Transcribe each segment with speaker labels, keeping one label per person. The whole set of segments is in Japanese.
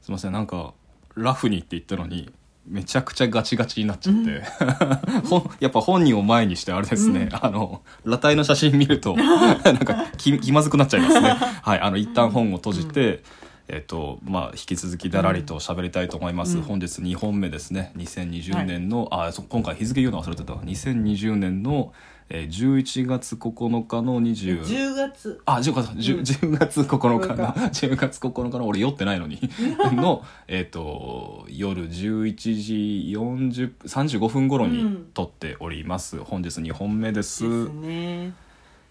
Speaker 1: すいませんなんかラフにって言ったのにめちゃくちゃガチガチになっちゃって、 ほんやっぱ本人を前にしてあれですね、あの裸体の写真見るとなんか気気まずくなっちゃいますねはいあの一旦本を閉じて、えっとまあ、引き続きだらりと喋りたいと思います、
Speaker 2: うん
Speaker 1: 本日2本目ですね2020
Speaker 2: はい
Speaker 1: 年の、あそ今回日付言うの忘れてたわ2020年の、えー、11月9日の20
Speaker 2: 10月
Speaker 1: あ、10月、10, 10月9日の、
Speaker 2: 9
Speaker 1: 10月9日の、俺酔ってないの に、の、えっ、と、夜11時40、35分頃
Speaker 2: う
Speaker 1: に
Speaker 2: ん
Speaker 1: 撮っております。本日2本目です。
Speaker 2: ですね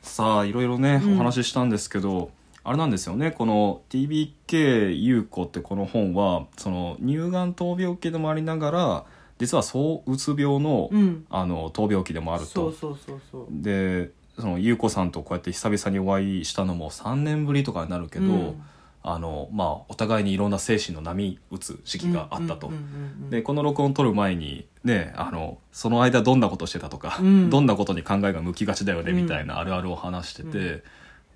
Speaker 1: さあ、いろいろね、
Speaker 2: うん
Speaker 1: お話ししたんですけど、あれなんですよね、この TBK 優子ってこの本は、その乳がん闘病期でもありながら、実はそううつ病の、
Speaker 2: うん
Speaker 1: あの、闘病期でもあると。
Speaker 2: そうそうそうそう
Speaker 1: でその優子さんとこうやって久々にお会いしたのも3年ぶりとかになるけど、
Speaker 2: うん
Speaker 1: あのまあ、お互いにいろんな精神の波打つ時期があったと。
Speaker 2: うんうんうんうん
Speaker 1: でこの録音撮る前に、ね、あのその間どんなことしてたとか、
Speaker 2: うん
Speaker 1: どんなことに考えが向きがちだよね
Speaker 2: うん
Speaker 1: みたいなあるあるを話してて、
Speaker 2: う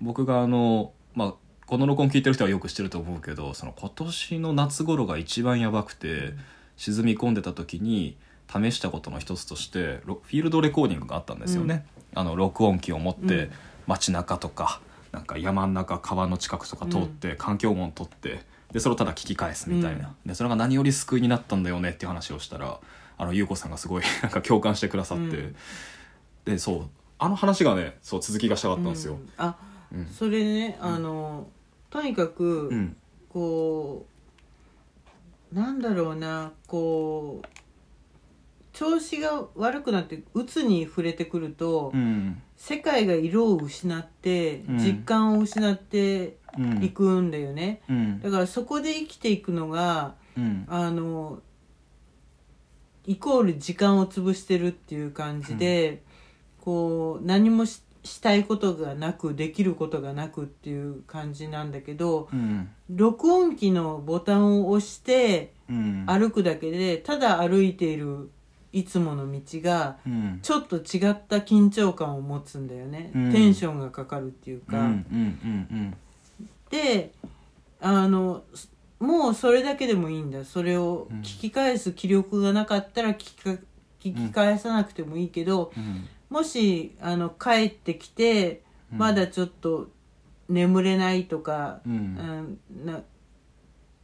Speaker 1: 僕があの、まあ、この録音聞いてる人はよく知ってると思うけどその今年の夏頃が一番やばくて、沈み込んでた時に試したことの一つとしてロフィールドレコーディングがあったんですよね、あの録音機を持って、
Speaker 2: うん
Speaker 1: 街中とかなんか山の中川の近くとか通って、環境音取ってでそれをただ聞き返すみたいな、でそれが何より救いになったんだよねっていう話をしたらあの優子さんがすごい なんか共感してくださって、
Speaker 2: うん
Speaker 1: でそうあの話がねそう続きがしたかったんですよ
Speaker 2: う。あ
Speaker 1: うん
Speaker 2: それねあのとにかく、
Speaker 1: うん
Speaker 2: こうなんだろうなこう調子が悪くなって鬱に触れてくると、
Speaker 1: うん
Speaker 2: 世界が色を失って
Speaker 1: うん
Speaker 2: 実感を失って
Speaker 1: う
Speaker 2: い
Speaker 1: ん
Speaker 2: くんだよね、
Speaker 1: うん
Speaker 2: だからそこで生きていくのが
Speaker 1: うん
Speaker 2: あのイコール時間を潰してるっていう感じで、こう何もししたいことがなくできることがなくっていう感じなんだけど、
Speaker 1: うん
Speaker 2: 録音機のボタンを押して
Speaker 1: うん
Speaker 2: 歩くだけでただ歩いているいつもの道が
Speaker 1: うん
Speaker 2: ちょっと違った緊張感を持つんだよね、
Speaker 1: うん
Speaker 2: テンションがかかるっていうか、
Speaker 1: うんうんうん
Speaker 2: であのすもうそれだけでもいいんだそれを
Speaker 1: うん
Speaker 2: 聞き返す気力がなかったら聞きか聞き返さなくてもいいけど、
Speaker 1: うん
Speaker 2: もしあの帰ってきて
Speaker 1: うん
Speaker 2: まだちょっと眠れないとか、
Speaker 1: うん
Speaker 2: うんな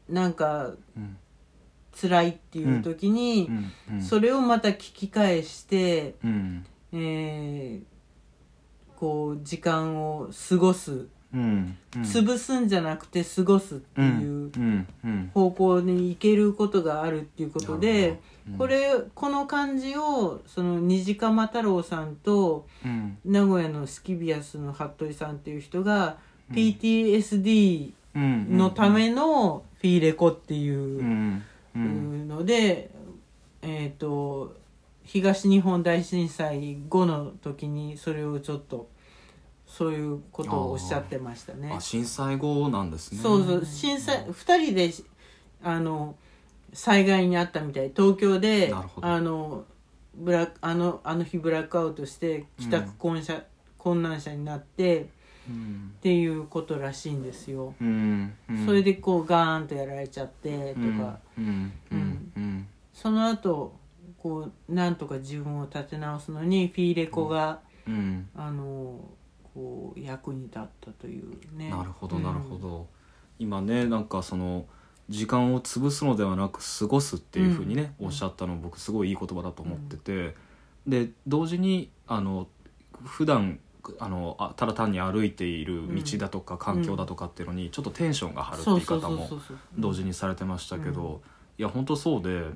Speaker 2: なんか
Speaker 1: うん
Speaker 2: 辛いっていう時に、
Speaker 1: うん
Speaker 2: それをまた聞き返して、
Speaker 1: うん
Speaker 2: えーこう時間を過ごす、
Speaker 1: うんうん
Speaker 2: 潰すんじゃなくて過ごすっていう
Speaker 1: うんうん
Speaker 2: 方向に行けることがあるっていうこと
Speaker 1: なるほ
Speaker 2: で、
Speaker 1: どうん
Speaker 2: これこの感じをその虹釜太郎さんと
Speaker 1: うん
Speaker 2: 名古屋のスキビアスの服部さんっていう人が
Speaker 1: うん
Speaker 2: PTSD
Speaker 1: うん
Speaker 2: のためのフィーレコっていう。
Speaker 1: うんうん
Speaker 2: ので、えっ、と東日本大震災後の時にそれをちょっとそういうことをおっしゃってましたね
Speaker 1: あ。震災後なんですね
Speaker 2: そうそう震災2人であの災害にあったみたい東京で
Speaker 1: なるほど
Speaker 2: あのブラックあのあの日ブラックアウトして帰宅困者、困難者になってっ
Speaker 1: うん
Speaker 2: ていうことらしいんですよ。
Speaker 1: うんうん
Speaker 2: それでこうガーンとやられちゃってとか。
Speaker 1: うんうんうん
Speaker 2: その後こうなんとか自分を立て直すのにフィーレコが、
Speaker 1: うん
Speaker 2: あのこう役に立ったというね
Speaker 1: なるほどなるほ、ど今ねなんかその時間を潰すのではなく過ごすっていうふうにね、
Speaker 2: うん
Speaker 1: おっしゃったの僕すごいいい言葉だと思ってて、で同時にあの普段あのあただ単に歩いている道だとか環境だとかっていうのにちょっとテンションが
Speaker 2: う
Speaker 1: 張
Speaker 2: ん
Speaker 1: るって言
Speaker 2: そう
Speaker 1: い
Speaker 2: そ
Speaker 1: 方
Speaker 2: うそう
Speaker 1: も
Speaker 2: そうそう
Speaker 1: 同時にされてましたけど、いや本当そうで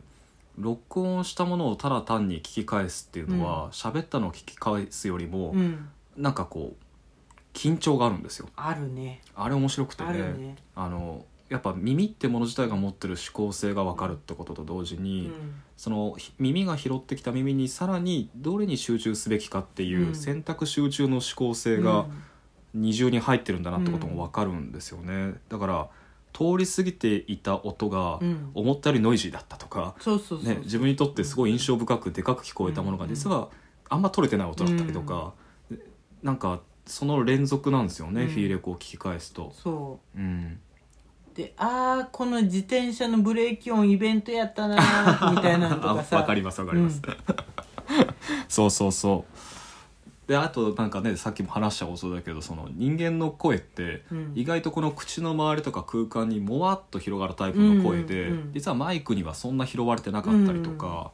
Speaker 1: 録音したものをただ単に聞き返すっていうの
Speaker 2: うん
Speaker 1: は喋、ったのを聞き返すよりも、
Speaker 2: うん
Speaker 1: なんかこう緊張があるんですよ
Speaker 2: あるね
Speaker 1: あれ面白くて
Speaker 2: あるね
Speaker 1: あのやっぱ耳ってもの自体が持ってる指向性が分かるってことと同時
Speaker 2: う
Speaker 1: に、
Speaker 2: ん
Speaker 1: そのひ耳が拾ってきた耳にさらにどれに集中すべきかっていううん選択集中の指向性が二重に入ってるんだなってことも分かるんですよね、だから通り過ぎていた音が
Speaker 2: うんうん
Speaker 1: 思ったよりノイジーだったとか、
Speaker 2: そうそうそう、
Speaker 1: ね、自分にとってすごい印象深くでかく聞こえたものが実はあんま取れてない音だったりとか、なんかその連続なんですよね、
Speaker 2: うん
Speaker 1: フィーレコを聞き返すと。
Speaker 2: そ
Speaker 1: うん
Speaker 2: うてああこの自転車のブレーキ音イベントやったな ーみたいなのとかさ
Speaker 1: わかりますわかります、そうそうそうであとなんかねさっきも話したことだけどその人間の声って
Speaker 2: うん
Speaker 1: 意外とこの口の周りとか空間にもわっと広がるタイプの声で、
Speaker 2: うんうんうん
Speaker 1: 実はマイクにはそんな拾われてなかったりとか、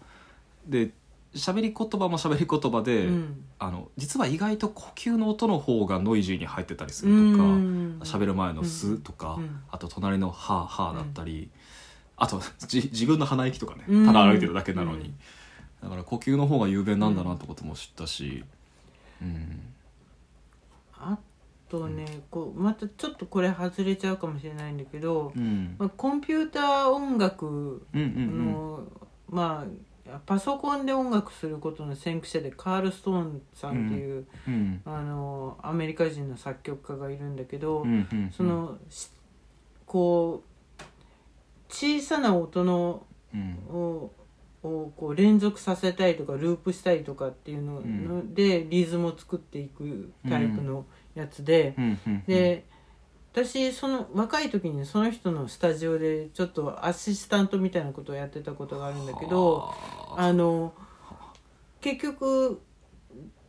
Speaker 1: で喋り言葉も喋り言葉
Speaker 2: う
Speaker 1: で、
Speaker 2: ん
Speaker 1: あの実は意外と呼吸の音の方がノイジーに入ってたりす
Speaker 2: う
Speaker 1: るとか。
Speaker 2: ん
Speaker 1: 喋る前の「す」とか、
Speaker 2: うん
Speaker 1: あと隣の「はあはあ」だったり、あとじ自分の鼻息とかね
Speaker 2: うん
Speaker 1: ただ歩いてるだけなのに、
Speaker 2: うん
Speaker 1: だから呼吸の方が雄弁なんだなってことも知ったし、うん
Speaker 2: あとねこうまたちょっとこれ外れちゃうかもしれないんだけど、
Speaker 1: うん、
Speaker 2: まあ、コンピューター音楽
Speaker 1: うんうんうん
Speaker 2: の、まあパソコンで音楽することの先駆者でカール・ストーンさんっていう、
Speaker 1: うん
Speaker 2: あのアメリカ人の作曲家がいるんだけど、
Speaker 1: うんうんうん
Speaker 2: そのしこう小さな音の
Speaker 1: うん
Speaker 2: ををこう連続させたりとかループしたりとかっていうの
Speaker 1: うん
Speaker 2: で、リズムを作っていくタイプのやつで、
Speaker 1: うんうん
Speaker 2: で私その若い時にその人のスタジオでちょっとアシスタントみたいなことをやってたことがあるんだけど
Speaker 1: はあ
Speaker 2: あの結局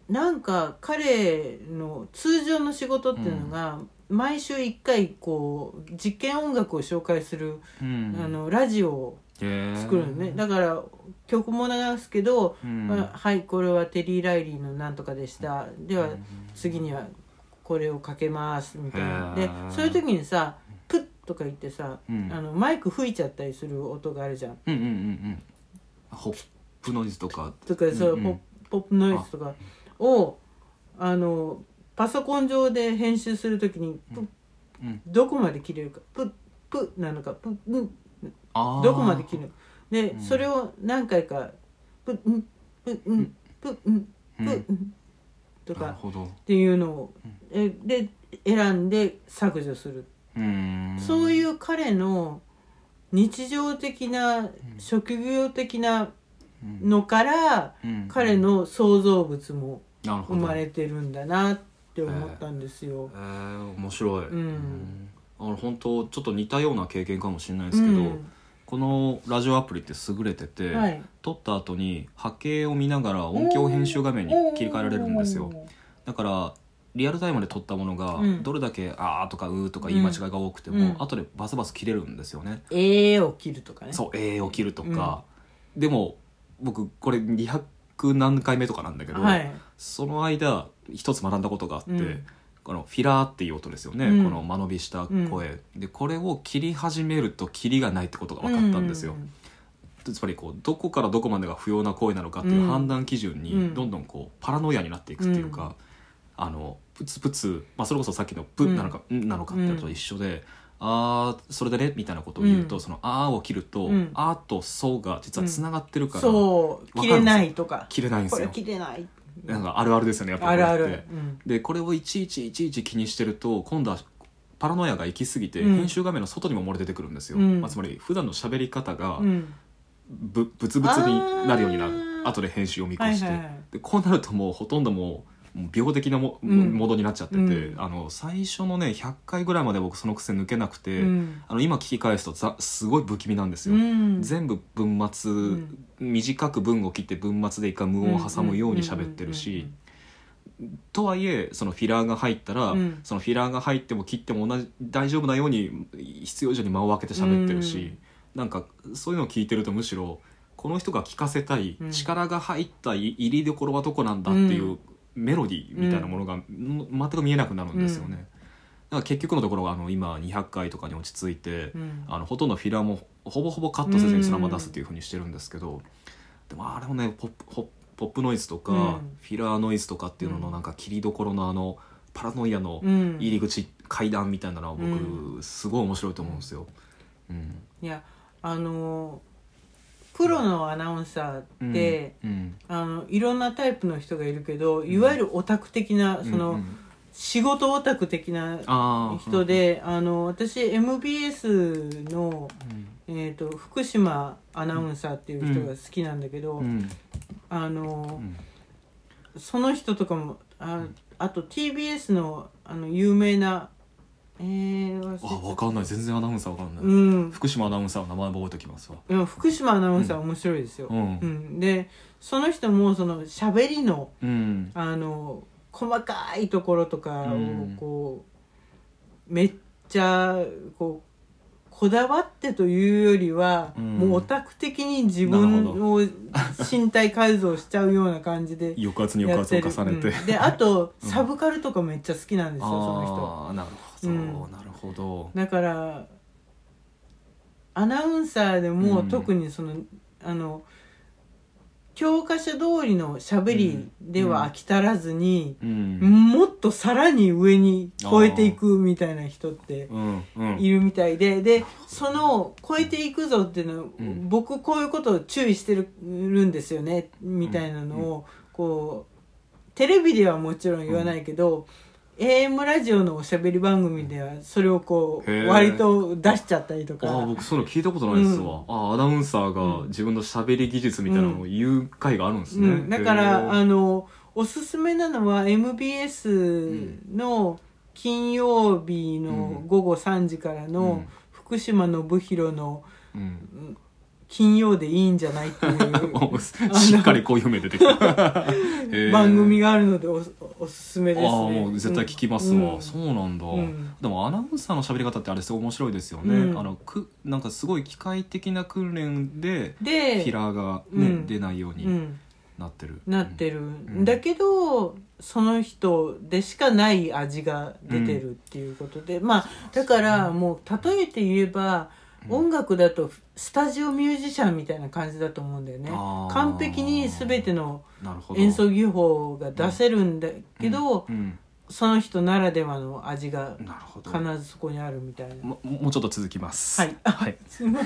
Speaker 2: なんか彼の通常の仕事っていうのが、毎週1回こう実験音楽を紹介する、
Speaker 1: うん
Speaker 2: あのラジオを
Speaker 1: へえ
Speaker 2: 作るのね、だから曲も流すけど、
Speaker 1: うん
Speaker 2: まあはいこれはテリー・ライリーのなんとかでしたで
Speaker 1: う
Speaker 2: は
Speaker 1: ん
Speaker 2: 次にはこれをかけますみたいな
Speaker 1: へ
Speaker 2: で
Speaker 1: ー
Speaker 2: そういう時にさプッとか言ってさ、
Speaker 1: うん
Speaker 2: あのマイク吹いちゃったりする音があるじゃん
Speaker 1: うんうんうんうんホップノイズとか
Speaker 2: とかそう、
Speaker 1: うんうん
Speaker 2: ポップポップノイズとかをあのパソコン上で編集する時にプッ
Speaker 1: うん
Speaker 2: どこまで切れるかプップッなのかプッうん
Speaker 1: あー
Speaker 2: どこまで切るで、
Speaker 1: うん
Speaker 2: それを何回かプッうんプッうんプッうん
Speaker 1: う
Speaker 2: プ
Speaker 1: ん
Speaker 2: ッうんと
Speaker 1: なる
Speaker 2: か
Speaker 1: ほど
Speaker 2: っていうのをえで選んで削除する
Speaker 1: うん
Speaker 2: そういう彼の日常的な職業的な
Speaker 1: うん
Speaker 2: のから
Speaker 1: うん
Speaker 2: 彼の創造物も
Speaker 1: なるほ
Speaker 2: 生
Speaker 1: ど
Speaker 2: まれてるんだなって思ったんですよ
Speaker 1: え。ー、面白い、
Speaker 2: うん
Speaker 1: あの本当ちょっと似たような経験かもしれないですけど、
Speaker 2: うん
Speaker 1: このラジオアプリって優れてて、
Speaker 2: はい
Speaker 1: 撮った後に波形を見ながら音響編集画面に切り替えられるんですよだからリアルタイムで撮ったものが
Speaker 2: うん
Speaker 1: どれだけ「あー」とか「うー」とか言い間違いが多くても、
Speaker 2: うん
Speaker 1: 後でバスバス切れるんですよね、
Speaker 2: ええを切るとかね。
Speaker 1: そう「えー」を切るとか、でも僕これ200何回目とかなんだけど、
Speaker 2: はい。
Speaker 1: その間一つ学んだことがあって、
Speaker 2: うん
Speaker 1: このフィラーっていう音ですよね、
Speaker 2: うん
Speaker 1: この間延びした声、でこれを切り始めるとキリがないってことが分かったんですよ、
Speaker 2: う
Speaker 1: つまりこうどこからどこまでが不要な声なのかっていう
Speaker 2: うん
Speaker 1: 判断基準に、
Speaker 2: うん
Speaker 1: どんどんこうパラノイアになっていくっていうか、あのプツプツ、まあ、それこそさっきの「プ」なのか「ん」なのかっていうのと一緒で「あーそれでね」みたいなことを言うと、
Speaker 2: うん
Speaker 1: その「あー」を切ると「
Speaker 2: うん
Speaker 1: あー」と「そう」が実はつながってる
Speaker 2: ん
Speaker 1: から、
Speaker 2: そう切れないとか。
Speaker 1: 切れないんで
Speaker 2: こ
Speaker 1: す
Speaker 2: れ
Speaker 1: よ
Speaker 2: 切れない。
Speaker 1: なんかあるあるですよねやっぱ
Speaker 2: あ
Speaker 1: りこ
Speaker 2: る
Speaker 1: れ
Speaker 2: あ
Speaker 1: って
Speaker 2: る。うん
Speaker 1: でこれをいちいちいちいち気にしてると今度はパラノイアが行き過ぎて
Speaker 2: うん
Speaker 1: 編集画面の外にも漏れ出てくるんですよ、
Speaker 2: うん
Speaker 1: まあ、つまり普段の喋り方が
Speaker 2: うん
Speaker 1: ぶ、ブツブツになるようになる
Speaker 2: あー
Speaker 1: 後で編集を見越
Speaker 2: はい
Speaker 1: して、
Speaker 2: はいはい
Speaker 1: でこうなるともうほとんどもうもう病的なも、
Speaker 2: うん
Speaker 1: モードになっちゃってて、
Speaker 2: うん
Speaker 1: あの最初のね100回ぐらいまで僕その癖抜けなくて、
Speaker 2: うん
Speaker 1: あの今聞き返すとざすごい不気味なんですよ、
Speaker 2: うん
Speaker 1: 全部文末、
Speaker 2: ん
Speaker 1: 短く文を切って文末で一回無音を挟むように喋ってるし、とはいえそのフィラーが入ったら、
Speaker 2: うん
Speaker 1: そのフィラーが入っても切っても同じ大丈夫なように必要以上に間を空けて喋ってるし、なんかそういうのを聞いてるとむしろこの人が聞かせたい、
Speaker 2: うん
Speaker 1: 力が入った入りどころはどこなんだっていううメロディーみたいなものが、ん全く見えなくなるんですよね。
Speaker 2: うん
Speaker 1: だから結局のところはあの今200回とかに落ち着いて、
Speaker 2: うんうん
Speaker 1: あのほとんどフィラーもほぼほぼカットせずにそのまま出すっていうふうにしてるんですけど、でもあれもねポップホップポップノイズとか、
Speaker 2: うん
Speaker 1: フィラーノイズとかっていうのの
Speaker 2: うん
Speaker 1: なんか切りどころのあのパラノイアの
Speaker 2: うん
Speaker 1: 入り口、階段みたいなのは僕、
Speaker 2: う
Speaker 1: すごい面白いと思うんですよ。うん
Speaker 2: いやあのプロのアナウンサーって、、
Speaker 1: うん
Speaker 2: あのいろんなタイプの人がいるけどいわゆるオタク的な、そ
Speaker 1: う
Speaker 2: の、
Speaker 1: んうん
Speaker 2: 仕事オタク的な
Speaker 1: あー
Speaker 2: 人、で、あの私 MBS の、
Speaker 1: うん
Speaker 2: えー、と福島アナウンサーっていう人が好きなんだけど、
Speaker 1: うん
Speaker 2: あ
Speaker 1: う
Speaker 2: の
Speaker 1: ん
Speaker 2: その人とかもああと TBS のあの有名なえー、忘れち
Speaker 1: あ
Speaker 2: ゃった
Speaker 1: 分かんない全然アナウンサー分かんない、
Speaker 2: うん
Speaker 1: 福島アナウンサーの名前覚えときますわ
Speaker 2: でも福島アナウンサー面白いですよ、
Speaker 1: うん
Speaker 2: うんでその人もその喋りの
Speaker 1: うん
Speaker 2: あの細かいところとかを
Speaker 1: うん
Speaker 2: こう、めっちゃこうこだわってというよりは、
Speaker 1: うん
Speaker 2: もうオタク的に自
Speaker 1: な
Speaker 2: 分
Speaker 1: るほ
Speaker 2: を身体改造しちゃうような感 じで
Speaker 1: 抑圧に
Speaker 2: や
Speaker 1: 抑
Speaker 2: っ
Speaker 1: 圧を
Speaker 2: てる。
Speaker 1: 重ねて、
Speaker 2: うんであと
Speaker 1: うん
Speaker 2: サブカルとかめっちゃ好きなんですよ、その人。
Speaker 1: ああなるほど、
Speaker 2: うん
Speaker 1: なるほど
Speaker 2: だからアナウンサーでも、
Speaker 1: うん
Speaker 2: 特にそのあの教科書通りのしゃべりでは飽き足らずに、
Speaker 1: うん
Speaker 2: もっとさらに上に超えていくみたいな人って
Speaker 1: うんうん
Speaker 2: いるみたいででその超えていくぞっていうのは、
Speaker 1: うん
Speaker 2: 僕こういうことを注意してるんですよねみたいなのを、こうテレビではもちろん言わないけど、AM ラジオのおしゃべり番組ではそれをこ
Speaker 1: へ
Speaker 2: う
Speaker 1: ー
Speaker 2: 割と出しちゃったりと
Speaker 1: ああ
Speaker 2: か。
Speaker 1: 僕それ聞いたことないですわ、ああアナウンサー
Speaker 2: う
Speaker 1: が
Speaker 2: ん
Speaker 1: 自分の喋り技術みたいなのを言う回があるんです
Speaker 2: う
Speaker 1: ね、
Speaker 2: ん、だか
Speaker 1: へえ
Speaker 2: らあのおすすめなのは MBS の金曜日の午後3時から
Speaker 1: う
Speaker 2: の
Speaker 1: ん
Speaker 2: 福島信弘の
Speaker 1: うん
Speaker 2: 金曜でいいんじゃないってい
Speaker 1: お
Speaker 2: う
Speaker 1: しっかりこういう目出 てきたへえ
Speaker 2: 番組があるのでおおすすめですね。
Speaker 1: ああもう絶対聞きますわ、
Speaker 2: うん
Speaker 1: そうなんだ、
Speaker 2: うん
Speaker 1: でもアナウンサーの喋り方ってあれすごい面白いですよね、
Speaker 2: うん
Speaker 1: あのくなんかすごい機械的な訓練で
Speaker 2: で
Speaker 1: キラーが、ね
Speaker 2: うん
Speaker 1: 出ないよう
Speaker 2: う
Speaker 1: に
Speaker 2: ん、
Speaker 1: なってる、
Speaker 2: なってる、
Speaker 1: ん
Speaker 2: だけどその人でしかない味が出てるっていうことで、まあだからもう例えて言えば、音楽だとスタジオミュージシャンみたいな感じだと思うんだよね
Speaker 1: あー
Speaker 2: 完璧に全ての
Speaker 1: なるほど
Speaker 2: 演奏技法が出せるんだけど、
Speaker 1: うん
Speaker 2: その人ならではの味が
Speaker 1: なるほど
Speaker 2: 必ずそこにあるみたいな。
Speaker 1: ももうちょっと続きます
Speaker 2: はい
Speaker 1: はい
Speaker 2: すいません